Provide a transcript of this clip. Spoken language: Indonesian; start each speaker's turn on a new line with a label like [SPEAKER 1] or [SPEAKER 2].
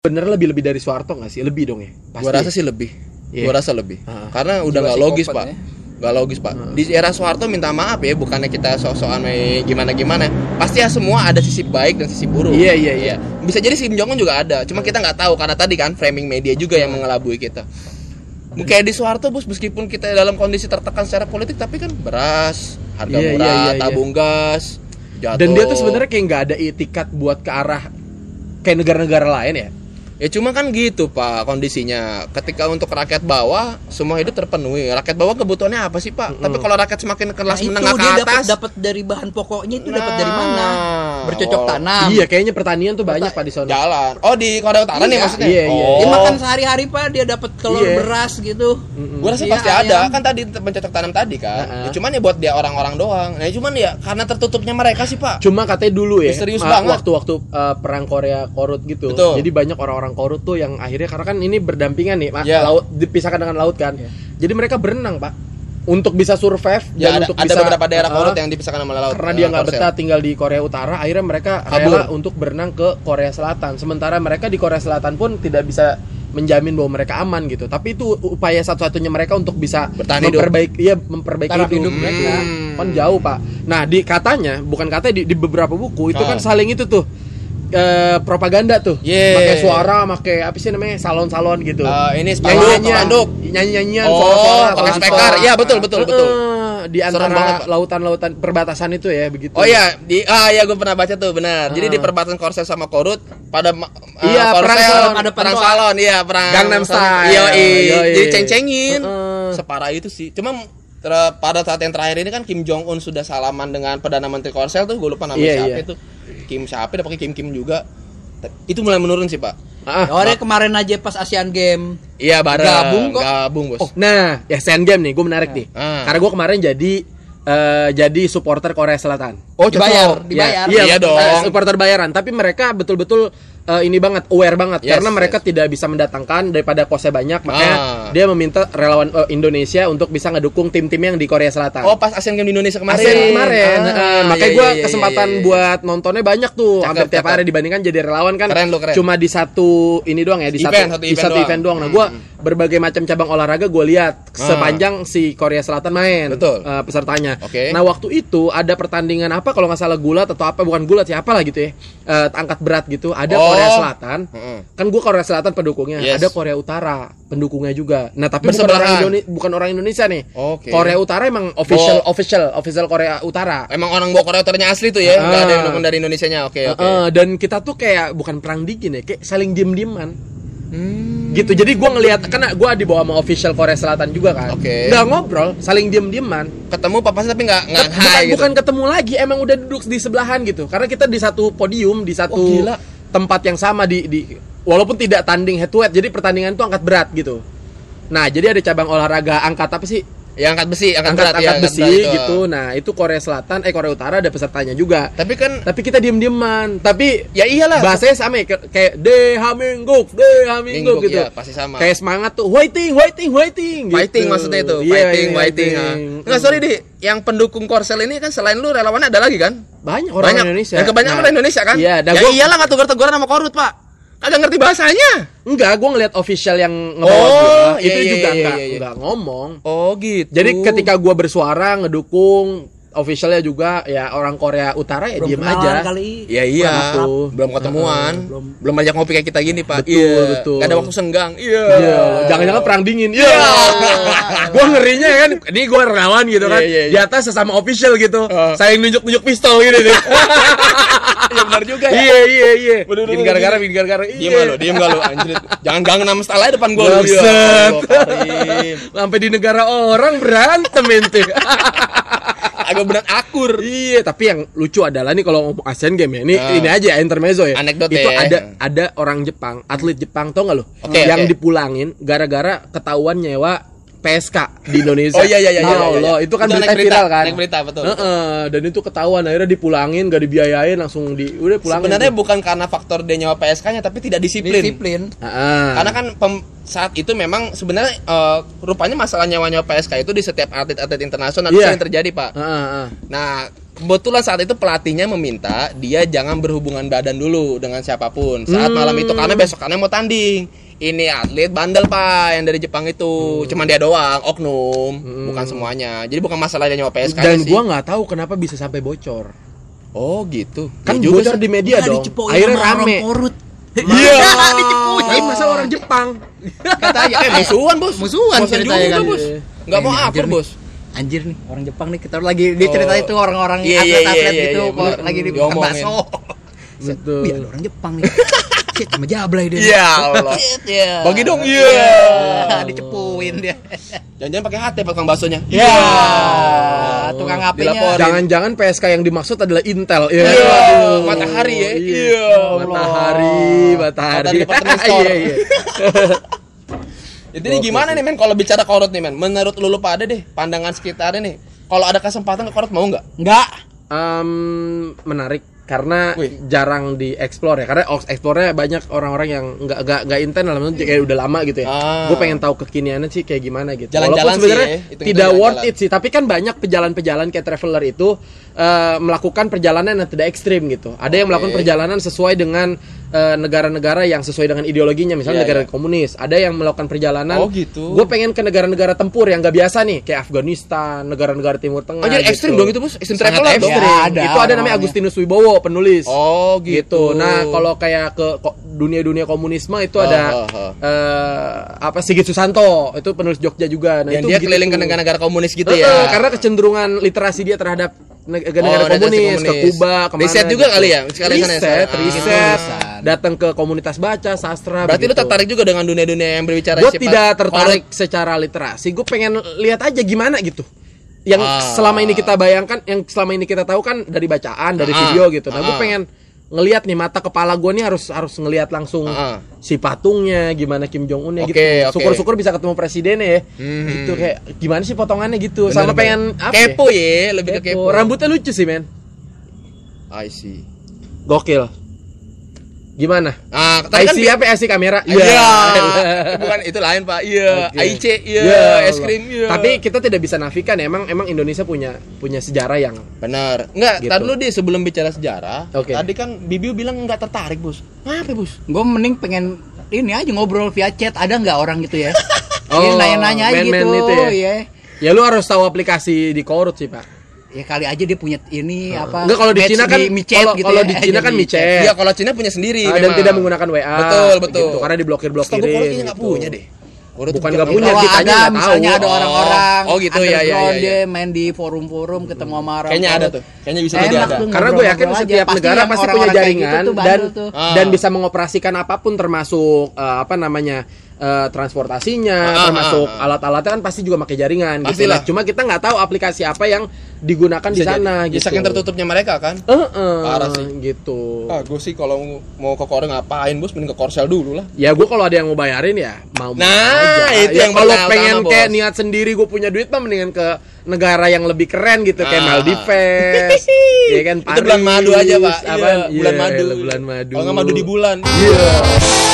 [SPEAKER 1] bener lebih lebih dari Soeharto nggak sih lebih dong ya pasti
[SPEAKER 2] Gua rasa sih lebih.
[SPEAKER 1] Iya.
[SPEAKER 2] Gua rasa lebih.
[SPEAKER 1] Ah.
[SPEAKER 2] Karena
[SPEAKER 3] Jiwa
[SPEAKER 2] udah nggak logis,
[SPEAKER 3] psikopat
[SPEAKER 2] Pak.
[SPEAKER 3] ya.
[SPEAKER 2] Nggak logis, Pak. Di era Soeharto minta maaf ya, bukannya kita sok-sokan eh, gimana-gimana. Pasti ya semua ada sisi baik dan sisi buruk.
[SPEAKER 1] Iya, iya, iya.
[SPEAKER 2] Bisa jadi si Kim Jong Un juga ada. Cuma kita nggak tahu karena tadi kan framing media juga yang mengelabui kita. Kayak di Soeharto, Bos, meskipun kita dalam kondisi tertekan secara politik, tapi kan beras,
[SPEAKER 1] Iya,
[SPEAKER 2] harga
[SPEAKER 1] iya,
[SPEAKER 2] murah,
[SPEAKER 1] iya, iya.
[SPEAKER 2] tabung gas, jatuh.
[SPEAKER 1] dan dia tuh sebenarnya kayak nggak ada etikat buat ke arah kayak negara-negara lain ya
[SPEAKER 2] Ya cuma kan gitu Pak kondisinya. Ketika untuk rakyat bawah semua hidup terpenuhi. Rakyat bawah kebutuhannya apa sih Pak? Tapi kalau rakyat semakin kelas
[SPEAKER 3] Nah,
[SPEAKER 2] menengah
[SPEAKER 3] itu
[SPEAKER 2] ke
[SPEAKER 3] dia dapat
[SPEAKER 2] atas
[SPEAKER 3] dapat dari bahan pokoknya itu dapat dari mana?
[SPEAKER 2] Nah,
[SPEAKER 3] Bercocok
[SPEAKER 2] wow.
[SPEAKER 3] tanam.
[SPEAKER 1] iya kayaknya pertanian tuh banyak pak di sana
[SPEAKER 2] jalan. Oh di Korea Utara nih
[SPEAKER 3] Iya.
[SPEAKER 2] maksudnya.
[SPEAKER 1] Iya, iya.
[SPEAKER 2] Oh.
[SPEAKER 3] Dia makan sehari-hari Pak dia dapat telur
[SPEAKER 1] Iya.
[SPEAKER 3] beras gitu.
[SPEAKER 1] Mm-mm.
[SPEAKER 2] Gue rasa
[SPEAKER 3] Iya, Nah, ah.
[SPEAKER 2] pasti ada
[SPEAKER 3] ayam.
[SPEAKER 2] kan tadi mencocok tanam tadi kan.
[SPEAKER 1] Heeh.
[SPEAKER 2] Ya, cuman ya buat dia orang-orang doang. Nah cuman ya karena tertutupnya mereka sih Pak.
[SPEAKER 1] Cuma katanya dulu ya,
[SPEAKER 2] Misterius
[SPEAKER 1] ma-
[SPEAKER 2] banget.
[SPEAKER 1] waktu-waktu eh, perang Korea korut gitu.
[SPEAKER 2] Betul.
[SPEAKER 1] Jadi banyak orang-orang korut tuh yang akhirnya karena kan ini berdampingan nih, ma-
[SPEAKER 2] Iya.
[SPEAKER 1] laut dipisahkan dengan laut kan. Jadi mereka berenang, Pak. Untuk bisa survive
[SPEAKER 2] Ya
[SPEAKER 1] dan
[SPEAKER 2] ada,
[SPEAKER 1] untuk
[SPEAKER 2] ada
[SPEAKER 1] bisa
[SPEAKER 2] beberapa
[SPEAKER 3] Ah.
[SPEAKER 2] daerah
[SPEAKER 1] eh,
[SPEAKER 2] korut ya, yang dipisahkan sama laut.
[SPEAKER 1] karena dia
[SPEAKER 2] eh,
[SPEAKER 1] nggak
[SPEAKER 2] korsel.
[SPEAKER 1] betah tinggal di Korea Utara, akhirnya mereka
[SPEAKER 2] Kabur.
[SPEAKER 1] rela untuk berenang ke Korea Selatan. Sementara mereka di Korea Selatan pun tidak bisa menjamin bahwa mereka aman gitu. Tapi itu upaya satu-satunya mereka untuk bisa
[SPEAKER 2] Bertahan hidup.
[SPEAKER 1] memperbaiki iya memperbaiki
[SPEAKER 3] Taraf hidup
[SPEAKER 2] Hmm.
[SPEAKER 3] mereka.
[SPEAKER 1] kan jauh pak nah di katanya bukan katanya di, di beberapa buku itu
[SPEAKER 2] Ah.
[SPEAKER 1] kan saling itu tuh eh, propaganda tuh
[SPEAKER 2] Yeah.
[SPEAKER 1] pakai suara pakai apa sih namanya salon-salon gitu
[SPEAKER 2] Eh, ini spanduk,
[SPEAKER 1] nyanyian
[SPEAKER 2] spanduk.
[SPEAKER 1] nyanyian
[SPEAKER 2] Oh,
[SPEAKER 1] suara-suara
[SPEAKER 2] pakai
[SPEAKER 1] suara-suara.
[SPEAKER 2] speaker. Iya, betul, betul, betul.
[SPEAKER 1] Eh, di
[SPEAKER 2] Serem banget,
[SPEAKER 1] antara
[SPEAKER 2] Pak.
[SPEAKER 1] lautan-lautan perbatasan itu ya begitu
[SPEAKER 2] Oh iya, di ah ya gue pernah baca tuh benar. Jadi
[SPEAKER 1] Ah.
[SPEAKER 2] di perbatasan Korsel sama Korut pada ma- ah,
[SPEAKER 1] Iya, perang salon,
[SPEAKER 2] ada
[SPEAKER 3] ada
[SPEAKER 2] perang
[SPEAKER 3] perang.
[SPEAKER 2] salon, iya perang.
[SPEAKER 1] Gangnam Style.
[SPEAKER 2] Iya, iya.
[SPEAKER 1] Yoi.
[SPEAKER 2] Jadi ceng-cengin.
[SPEAKER 1] Heeh.
[SPEAKER 2] Separah itu sih. Cuma ter- pada saat yang terakhir ini kan Kim Jong Un sudah salaman dengan perdana menteri Korsel tuh gue lupa namanya
[SPEAKER 1] Iya,
[SPEAKER 2] siapa
[SPEAKER 1] iya.
[SPEAKER 2] itu. Kim siapa udah pakai Kim Kim juga. T- Itu mulai menurun sih, Pak.
[SPEAKER 1] Ah.
[SPEAKER 3] Ya, orangnya kemarin aja pas Asian Game.
[SPEAKER 2] Iya, bareng.
[SPEAKER 3] Gabung kok.
[SPEAKER 2] Gabung, Bos.
[SPEAKER 1] Oh, nah ya Sand Game nih gue menarik nih
[SPEAKER 2] Ah.
[SPEAKER 1] karena gue kemarin jadi eh, jadi supporter Korea Selatan
[SPEAKER 2] Oh, cocok.
[SPEAKER 3] dibayar,
[SPEAKER 2] Iya.
[SPEAKER 3] dibayar.
[SPEAKER 1] Iya,
[SPEAKER 2] Iya dong.
[SPEAKER 1] eh, Supporter bayaran, tapi mereka betul-betul eh, ini banget aware banget
[SPEAKER 2] Yes,
[SPEAKER 1] karena mereka tidak bisa mendatangkan daripada kosnya banyak, makanya
[SPEAKER 2] Ah.
[SPEAKER 1] dia meminta relawan eh, Indonesia untuk bisa ngedukung tim-tim yang di Korea Selatan.
[SPEAKER 2] Oh, pas Asian Games di Indonesia kemarin.
[SPEAKER 1] ASEAN kemarin,
[SPEAKER 2] Ah,
[SPEAKER 1] eh,
[SPEAKER 2] iya,
[SPEAKER 1] makanya
[SPEAKER 2] iya,
[SPEAKER 1] gue
[SPEAKER 2] iya, iya,
[SPEAKER 1] kesempatan
[SPEAKER 2] iya, iya.
[SPEAKER 1] buat nontonnya banyak tuh,
[SPEAKER 2] Cakep,
[SPEAKER 1] hampir tiap
[SPEAKER 2] cakep.
[SPEAKER 1] hari dibandingkan jadi relawan kan.
[SPEAKER 2] Keren lu, keren.
[SPEAKER 1] Cuma di satu ini doang ya, di
[SPEAKER 2] Event,
[SPEAKER 1] satu,
[SPEAKER 2] satu
[SPEAKER 1] di
[SPEAKER 2] event
[SPEAKER 1] satu
[SPEAKER 2] doang. Hmm,
[SPEAKER 1] event doang. Nah, gue berbagai macam cabang olahraga gue lihat
[SPEAKER 2] Ah.
[SPEAKER 1] sepanjang si Korea Selatan main,
[SPEAKER 2] Betul.
[SPEAKER 1] eh, pesertanya.
[SPEAKER 2] Oke.
[SPEAKER 1] Nah waktu itu ada pertandingan apa kalau nggak salah gulat atau apa bukan gulat siapa lah gitu ya, Eh, angkat berat gitu. Ada
[SPEAKER 2] Oh.
[SPEAKER 1] Korea Selatan,
[SPEAKER 2] Heeh.
[SPEAKER 1] kan gue Korea Selatan pendukungnya,
[SPEAKER 2] Yes.
[SPEAKER 1] ada Korea Utara pendukungnya juga. Nah tapi bukan
[SPEAKER 2] Bersebelahan.
[SPEAKER 1] orang, Indone- bukan orang Indonesia nih.
[SPEAKER 2] Oke. Oh,
[SPEAKER 1] Korea Utara emang official,
[SPEAKER 2] Bo-
[SPEAKER 1] official, official Korea Utara.
[SPEAKER 2] Emang orang bawa Korea Utaranya asli tuh ya,
[SPEAKER 1] Ah.
[SPEAKER 2] nggak ada yang dukung dari Indonesianya. Oke, oke.
[SPEAKER 1] Eh, dan kita tuh kayak bukan perang dingin ya, kayak saling diem-dieman
[SPEAKER 2] Hmm,
[SPEAKER 1] gitu. Jadi gue ngelihat karena gue dibawa sama official Korea Selatan juga kan,
[SPEAKER 2] Oke.
[SPEAKER 1] nggak ngobrol, saling diem-dieman.
[SPEAKER 2] Ketemu papasnya tapi nggak nggak
[SPEAKER 1] Ket- bukan,
[SPEAKER 2] hai gitu.
[SPEAKER 1] bukan ketemu lagi emang udah duduk di sebelahan gitu karena kita di satu podium di satu
[SPEAKER 2] Wah, Oh, gila.
[SPEAKER 1] tempat yang sama di, di walaupun tidak tanding head to head jadi pertandingan itu angkat berat gitu nah jadi ada cabang olahraga angkat apa sih
[SPEAKER 2] Ya angkat besi, angkat,
[SPEAKER 1] angkat
[SPEAKER 2] berat, ya,
[SPEAKER 1] angkat besi
[SPEAKER 2] berat itu.
[SPEAKER 1] gitu nah itu Korea Selatan eh Korea Utara ada pesertanya juga
[SPEAKER 2] Tapi kan
[SPEAKER 1] tapi kita diem dieman tapi
[SPEAKER 2] ya iyalah.
[SPEAKER 1] bahasanya sama ya kayak- kayak de haminguk de haminguk
[SPEAKER 2] Minggu,
[SPEAKER 1] gitu
[SPEAKER 2] iya, pasti sama.
[SPEAKER 1] kayak semangat tuh waiting waiting waiting gitu.
[SPEAKER 2] fighting maksudnya itu,
[SPEAKER 1] Iya,
[SPEAKER 2] fighting,
[SPEAKER 1] iya,
[SPEAKER 2] fighting. ah. Nggak sorry di, yang pendukung Korsel ini kan selain lu relawannya ada lagi kan?
[SPEAKER 1] banyak orang
[SPEAKER 2] Banyak.
[SPEAKER 1] Indonesia
[SPEAKER 2] Dan kebanyakan
[SPEAKER 1] Nah,
[SPEAKER 2] orang Indonesia kan?
[SPEAKER 1] iya nah
[SPEAKER 2] ya
[SPEAKER 1] gua-
[SPEAKER 2] iyalah nggak tegur-teguran sama Korut pak. Kagak ngerti bahasanya.
[SPEAKER 1] Enggak, gue ngeliat official yang ngebawa
[SPEAKER 2] Oh,
[SPEAKER 1] gua,
[SPEAKER 2] iya,
[SPEAKER 1] itu
[SPEAKER 2] iya,
[SPEAKER 1] juga
[SPEAKER 2] iya,
[SPEAKER 1] enggak,
[SPEAKER 2] iya, iya.
[SPEAKER 1] enggak ngomong.
[SPEAKER 2] Oh gitu.
[SPEAKER 1] Jadi ketika gue bersuara ngedukung officialnya juga ya orang Korea Utara ya
[SPEAKER 3] Belum
[SPEAKER 1] diem
[SPEAKER 3] kenalan
[SPEAKER 1] aja.
[SPEAKER 3] kali.
[SPEAKER 2] Ya iya,
[SPEAKER 1] Kurang akrab.
[SPEAKER 2] belum ketemuan,
[SPEAKER 3] Heeh,
[SPEAKER 2] belum
[SPEAKER 3] belum.
[SPEAKER 2] ajak ngopi kayak kita gini pak.
[SPEAKER 1] Ah, Betul,
[SPEAKER 2] Iya.
[SPEAKER 1] betul.
[SPEAKER 2] Nggak ada waktu senggang. Iya.
[SPEAKER 1] Iya, jangan-jangan perang dingin. Iya. gua ngerinya kan ini gua relawan gitu kan.
[SPEAKER 2] Iya, iya, iya.
[SPEAKER 1] Di atas sesama official gitu.
[SPEAKER 2] Oh.
[SPEAKER 1] Saya nunjuk-nunjuk pistol gitu nih.
[SPEAKER 2] Iya benar juga ya.
[SPEAKER 1] iya, iya, iya.
[SPEAKER 2] Bener-bener.
[SPEAKER 1] Bikin gara-gara, bikin gara-gara. Iya.
[SPEAKER 2] Diem gak lo, diem gak lo, anjir Jangan gangnam style aja depan gue lu
[SPEAKER 1] Buset.
[SPEAKER 2] Ya Allah, Karim.
[SPEAKER 1] Sampai di negara orang berantem ente.
[SPEAKER 2] Agak benar akur
[SPEAKER 1] Iya, tapi yang lucu adalah nih kalau ngomong Asian Game ya. Ini
[SPEAKER 2] Ah.
[SPEAKER 1] ini aja ya, intermezzo ya.
[SPEAKER 2] Anekdot
[SPEAKER 1] Itu
[SPEAKER 2] ya.
[SPEAKER 1] ada ada orang Jepang, atlet Jepang tau nggak lo?
[SPEAKER 2] Oke,
[SPEAKER 1] yang
[SPEAKER 2] oke.
[SPEAKER 1] dipulangin gara-gara ketahuan nyewa PSK di Indonesia.
[SPEAKER 2] Oh, iya,
[SPEAKER 1] Ya
[SPEAKER 2] iya, iya, iya, iya, iya.
[SPEAKER 1] Allah, itu kan
[SPEAKER 2] Itu
[SPEAKER 1] berita,
[SPEAKER 2] naik berita,
[SPEAKER 1] viral kan.
[SPEAKER 2] naik berita, betul,
[SPEAKER 1] Heeh, dan itu ketahuan akhirnya dipulangin, gak dibiayain langsung di udah pulangin.
[SPEAKER 2] Sebenarnya bukan karena faktor dia nyawa PSK-nya Tapi tidak disiplin,
[SPEAKER 3] Disiplin.
[SPEAKER 1] Heeh.
[SPEAKER 2] Karena kan pem- saat itu memang sebenarnya eh, Rupanya masalah nyawa-nyawa PSK itu Di setiap atlet-atlet internasional
[SPEAKER 1] Iya.
[SPEAKER 2] Itu yang terjadi pak
[SPEAKER 1] Heeh, heeh.
[SPEAKER 2] Nah kebetulan saat itu pelatihnya meminta dia jangan berhubungan badan dulu dengan siapapun saat malam itu karena
[SPEAKER 1] Hmm.
[SPEAKER 2] besokannya mau tanding ini atlet bandel pak yang dari Jepang
[SPEAKER 1] Hmm.
[SPEAKER 2] itu cuman dia doang oknum bukan semuanya jadi bukan masalah dia nyawa PSK
[SPEAKER 1] Dan
[SPEAKER 2] sih
[SPEAKER 1] gua nggak tahu kenapa bisa sampai bocor.
[SPEAKER 2] oh gitu
[SPEAKER 1] Kan
[SPEAKER 2] Ya juga
[SPEAKER 1] bocor
[SPEAKER 2] sih.
[SPEAKER 1] di media
[SPEAKER 3] Nggak
[SPEAKER 1] dong.
[SPEAKER 3] dicepoin
[SPEAKER 1] Akhirnya
[SPEAKER 3] sama orang
[SPEAKER 1] rame.
[SPEAKER 3] Korut.
[SPEAKER 1] Iya.
[SPEAKER 3] dicepuin.
[SPEAKER 1] Tapi
[SPEAKER 2] Iya.
[SPEAKER 1] masa orang Jepang.
[SPEAKER 2] katanya eh musuhan bos
[SPEAKER 4] Musuhan
[SPEAKER 2] musuhan
[SPEAKER 4] ceritanya
[SPEAKER 2] juga
[SPEAKER 4] kan.
[SPEAKER 2] bos nggak
[SPEAKER 4] Ini
[SPEAKER 2] mau
[SPEAKER 4] anjir
[SPEAKER 2] akur
[SPEAKER 4] nih.
[SPEAKER 2] bos
[SPEAKER 4] Anjir nih orang Jepang nih kita lagi di
[SPEAKER 2] Oh.
[SPEAKER 4] cerita itu orang-orang
[SPEAKER 2] Iya, iya,
[SPEAKER 4] atlet-atlet
[SPEAKER 2] iya, iya,
[SPEAKER 4] gitu
[SPEAKER 2] iya,
[SPEAKER 4] kok
[SPEAKER 2] bener.
[SPEAKER 4] lagi di
[SPEAKER 2] Diomongin.
[SPEAKER 4] bakso.
[SPEAKER 1] Betul.
[SPEAKER 4] Iya ada orang Jepang nih. Shit sama jablay dia.
[SPEAKER 2] Iya Allah.
[SPEAKER 4] Shit, ya.
[SPEAKER 2] Bagi dong iya.
[SPEAKER 4] Ah, dicepuin dia.
[SPEAKER 2] Jangan-jangan pakai HT Pak tukang baksonya.
[SPEAKER 1] Iya.
[SPEAKER 4] Ya,
[SPEAKER 2] Iya.
[SPEAKER 4] tukang HP-nya.
[SPEAKER 2] Dilaporin.
[SPEAKER 1] Jangan-jangan PSK yang dimaksud adalah Intel. Iya.
[SPEAKER 2] Iya,
[SPEAKER 1] Aduh.
[SPEAKER 2] matahari ya.
[SPEAKER 1] Iya.
[SPEAKER 2] Iya, Allah.
[SPEAKER 1] Matahari, matahari.
[SPEAKER 2] Hotel department store.
[SPEAKER 1] Iya, iya.
[SPEAKER 2] Jadi ini Ya, gimana nih men kalau bicara korot nih men? Menurut lu lu pada deh pandangan sekitarnya nih. Kalau ada kesempatan ke korot mau nggak?
[SPEAKER 4] Enggak.
[SPEAKER 1] Em, menarik karena
[SPEAKER 2] Wih.
[SPEAKER 1] jarang dieksplor ya karena ox- explore-nya banyak orang-orang yang nggak nggak nggak intent dalam itu kayak udah lama gitu ya
[SPEAKER 2] Ah.
[SPEAKER 1] gue pengen tahu kekiniannya sih kayak gimana gitu
[SPEAKER 2] Jalan-jalan
[SPEAKER 1] walaupun
[SPEAKER 2] sih
[SPEAKER 1] sebenarnya
[SPEAKER 2] ya, hitung-hitung
[SPEAKER 1] tidak worth
[SPEAKER 2] jalan-jalan.
[SPEAKER 1] it sih tapi kan banyak pejalan-pejalan kayak traveler itu eh, melakukan perjalanan yang tidak ekstrim gitu ada yang melakukan perjalanan sesuai dengan eh, negara-negara yang sesuai dengan ideologinya misalnya
[SPEAKER 2] Iya,
[SPEAKER 1] negara
[SPEAKER 2] iya.
[SPEAKER 1] komunis ada yang melakukan perjalanan
[SPEAKER 2] Oh, gitu.
[SPEAKER 1] gue pengen ke negara-negara tempur yang nggak biasa nih kayak Afghanistan negara-negara timur tengah
[SPEAKER 2] Oh, jadi
[SPEAKER 1] gitu.
[SPEAKER 2] ekstrim dong itu bos, ekstrim
[SPEAKER 1] Sangat
[SPEAKER 2] traveler dong.
[SPEAKER 1] ekstrim.
[SPEAKER 4] Ya,
[SPEAKER 1] itu ada
[SPEAKER 4] ada
[SPEAKER 1] namanya
[SPEAKER 4] orang-orangnya.
[SPEAKER 1] Agustinus Wibowo penulis
[SPEAKER 2] Oh
[SPEAKER 1] gitu. Nah, kalau kayak ke ko- dunia-dunia komunisme itu
[SPEAKER 2] Oh,
[SPEAKER 1] ada
[SPEAKER 2] ha, ha.
[SPEAKER 1] eh, apa Sigit Susanto, itu penulis Jogja juga. Nah,
[SPEAKER 2] yang
[SPEAKER 1] itu
[SPEAKER 2] dia
[SPEAKER 1] begitu
[SPEAKER 2] keliling ke
[SPEAKER 1] tuh.
[SPEAKER 2] negara-negara komunis gitu
[SPEAKER 1] Eh,
[SPEAKER 2] ya.
[SPEAKER 1] eh, karena kecenderungan literasi dia terhadap negara-negara
[SPEAKER 2] Oh, literasi
[SPEAKER 1] komunis, ke
[SPEAKER 2] komunis.
[SPEAKER 1] Kuba, kemana gitu.
[SPEAKER 2] Riset juga kali ya? Sekarang di sana ya,
[SPEAKER 1] riset,
[SPEAKER 2] sekarang.
[SPEAKER 1] riset,
[SPEAKER 4] Ah.
[SPEAKER 1] datang ke komunitas baca, sastra.
[SPEAKER 2] Berarti lu
[SPEAKER 1] begitu.
[SPEAKER 2] tertarik juga dengan dunia-dunia yang berbicara
[SPEAKER 1] Gue
[SPEAKER 2] sifat
[SPEAKER 1] Gitu. tidak tertarik
[SPEAKER 2] korut.
[SPEAKER 1] secara literasi. Gue pengen lihat aja gimana gitu. Yang
[SPEAKER 2] Ah.
[SPEAKER 1] selama ini kita bayangkan, yang selama ini kita tahu kan dari bacaan, dari
[SPEAKER 2] Ah,
[SPEAKER 1] video gitu. Nah, gue
[SPEAKER 2] ah.
[SPEAKER 1] pengen ngelihat nih mata kepala gue nih harus harus ngelihat langsung
[SPEAKER 2] Ah.
[SPEAKER 1] si patungnya, gimana Kim Jong Unnya
[SPEAKER 2] Oke, oke. Hmm.
[SPEAKER 1] gitu. Syukur-syukur bisa ketemu presidennya ya. Gitu kayak gimana sih potongannya gitu. Sama pengen apa? ya?
[SPEAKER 2] kepo ya, lebih ke
[SPEAKER 1] Kepo.
[SPEAKER 2] kepo.
[SPEAKER 1] Rambutnya lucu sih, men.
[SPEAKER 2] I see.
[SPEAKER 1] Gokil. Gimana?
[SPEAKER 2] Nah, tadi kan
[SPEAKER 1] IC apa IC kamera?
[SPEAKER 2] Iya. Bukan itu lain, Pak. Iya. IC, iya. Es krim, iya.
[SPEAKER 1] Ya, Tapi kita tidak bisa nafikan ya, emang emang Indonesia punya punya sejarah yang
[SPEAKER 2] benar. Enggak,
[SPEAKER 1] Gitu.
[SPEAKER 2] tadi dulu deh sebelum bicara sejarah.
[SPEAKER 1] Oke.
[SPEAKER 2] Tadi kan Bibiu bilang enggak tertarik, Bos. Ngapa, Bos?
[SPEAKER 4] Gue mending pengen ini aja ngobrol via chat ada nggak orang gitu ya?
[SPEAKER 1] Oh,
[SPEAKER 4] Iya nanya-nanya aja
[SPEAKER 1] man-man
[SPEAKER 4] gitu.
[SPEAKER 1] itu ya.
[SPEAKER 4] ya.
[SPEAKER 1] ya lu harus tahu aplikasi di Korut sih, Pak.
[SPEAKER 4] Ya kali aja dia punya ini apa?
[SPEAKER 1] Enggak Oh. kalau di
[SPEAKER 4] match
[SPEAKER 1] Cina kan
[SPEAKER 4] micet
[SPEAKER 1] kalau
[SPEAKER 4] gitu
[SPEAKER 1] kalau
[SPEAKER 4] ya.
[SPEAKER 1] di Cina kan
[SPEAKER 4] Jadi
[SPEAKER 1] micet.
[SPEAKER 2] Iya, kalau Cina punya sendiri
[SPEAKER 1] Ah, dan
[SPEAKER 2] memang.
[SPEAKER 1] tidak menggunakan WA.
[SPEAKER 2] Betul, betul.
[SPEAKER 1] gitu, karena diblokir-blokirin.
[SPEAKER 2] Setahu gue kayaknya enggak
[SPEAKER 1] gitu.
[SPEAKER 2] punya deh. Korut
[SPEAKER 1] Bukan
[SPEAKER 2] tuh
[SPEAKER 1] nggak
[SPEAKER 2] punya.
[SPEAKER 1] punya,
[SPEAKER 4] Kalau
[SPEAKER 1] kitanya
[SPEAKER 4] ada
[SPEAKER 1] nggak tahu.
[SPEAKER 4] misalnya ada
[SPEAKER 2] Oh.
[SPEAKER 4] orang-orang
[SPEAKER 2] Oh, gitu, iya, iya,
[SPEAKER 4] underground,
[SPEAKER 2] iya, iya.
[SPEAKER 4] dia main di forum-forum ketemu sama orang
[SPEAKER 2] Kayaknya ada tuh. Kayaknya bisa jadi
[SPEAKER 4] Enak
[SPEAKER 2] ada.
[SPEAKER 4] tuh.
[SPEAKER 1] Karena gue yakin
[SPEAKER 4] Ngobrol-ngobrol
[SPEAKER 1] setiap
[SPEAKER 4] aja. Pasti
[SPEAKER 1] negara
[SPEAKER 4] yang
[SPEAKER 1] pasti punya
[SPEAKER 4] orang-orang kayak gitu
[SPEAKER 1] jaringan
[SPEAKER 4] tuh bandel
[SPEAKER 1] dan
[SPEAKER 4] tuh.
[SPEAKER 1] dan
[SPEAKER 2] Ah.
[SPEAKER 1] bisa mengoperasikan apapun termasuk eh, apa namanya eh, transportasinya,
[SPEAKER 2] Ah,
[SPEAKER 1] termasuk
[SPEAKER 2] ah,
[SPEAKER 1] alat-alatnya kan pasti juga pakai jaringan. Gitu.
[SPEAKER 2] Pastilah.
[SPEAKER 1] Nah, Cuma kita nggak tahu aplikasi apa yang digunakan di sana.
[SPEAKER 2] jadi. Ya,
[SPEAKER 1] gitu.
[SPEAKER 2] saking tertutupnya mereka kan.
[SPEAKER 1] Eh, eh,
[SPEAKER 2] Parah sih.
[SPEAKER 1] gitu.
[SPEAKER 2] Ah, gue sih kalau mau ke Korea ngapain, Bos? Mending ke Korsel dulu lah.
[SPEAKER 1] Ya gue kalau ada yang mau bayarin ya mau
[SPEAKER 2] Nah, itu yang
[SPEAKER 1] kalau
[SPEAKER 2] pertama,
[SPEAKER 1] pengen
[SPEAKER 2] Bos.
[SPEAKER 1] kayak niat sendiri gue punya duit mah mendingan ke negara yang lebih keren gitu kayak
[SPEAKER 2] Ah.
[SPEAKER 1] Maldives. ya kan
[SPEAKER 2] Itu bulan madu aja, Pak. Iya,
[SPEAKER 1] Apaan?
[SPEAKER 2] bulan
[SPEAKER 1] Iya,
[SPEAKER 2] madu.
[SPEAKER 1] bulan madu.
[SPEAKER 2] Kalau nggak madu di bulan.
[SPEAKER 1] Iya.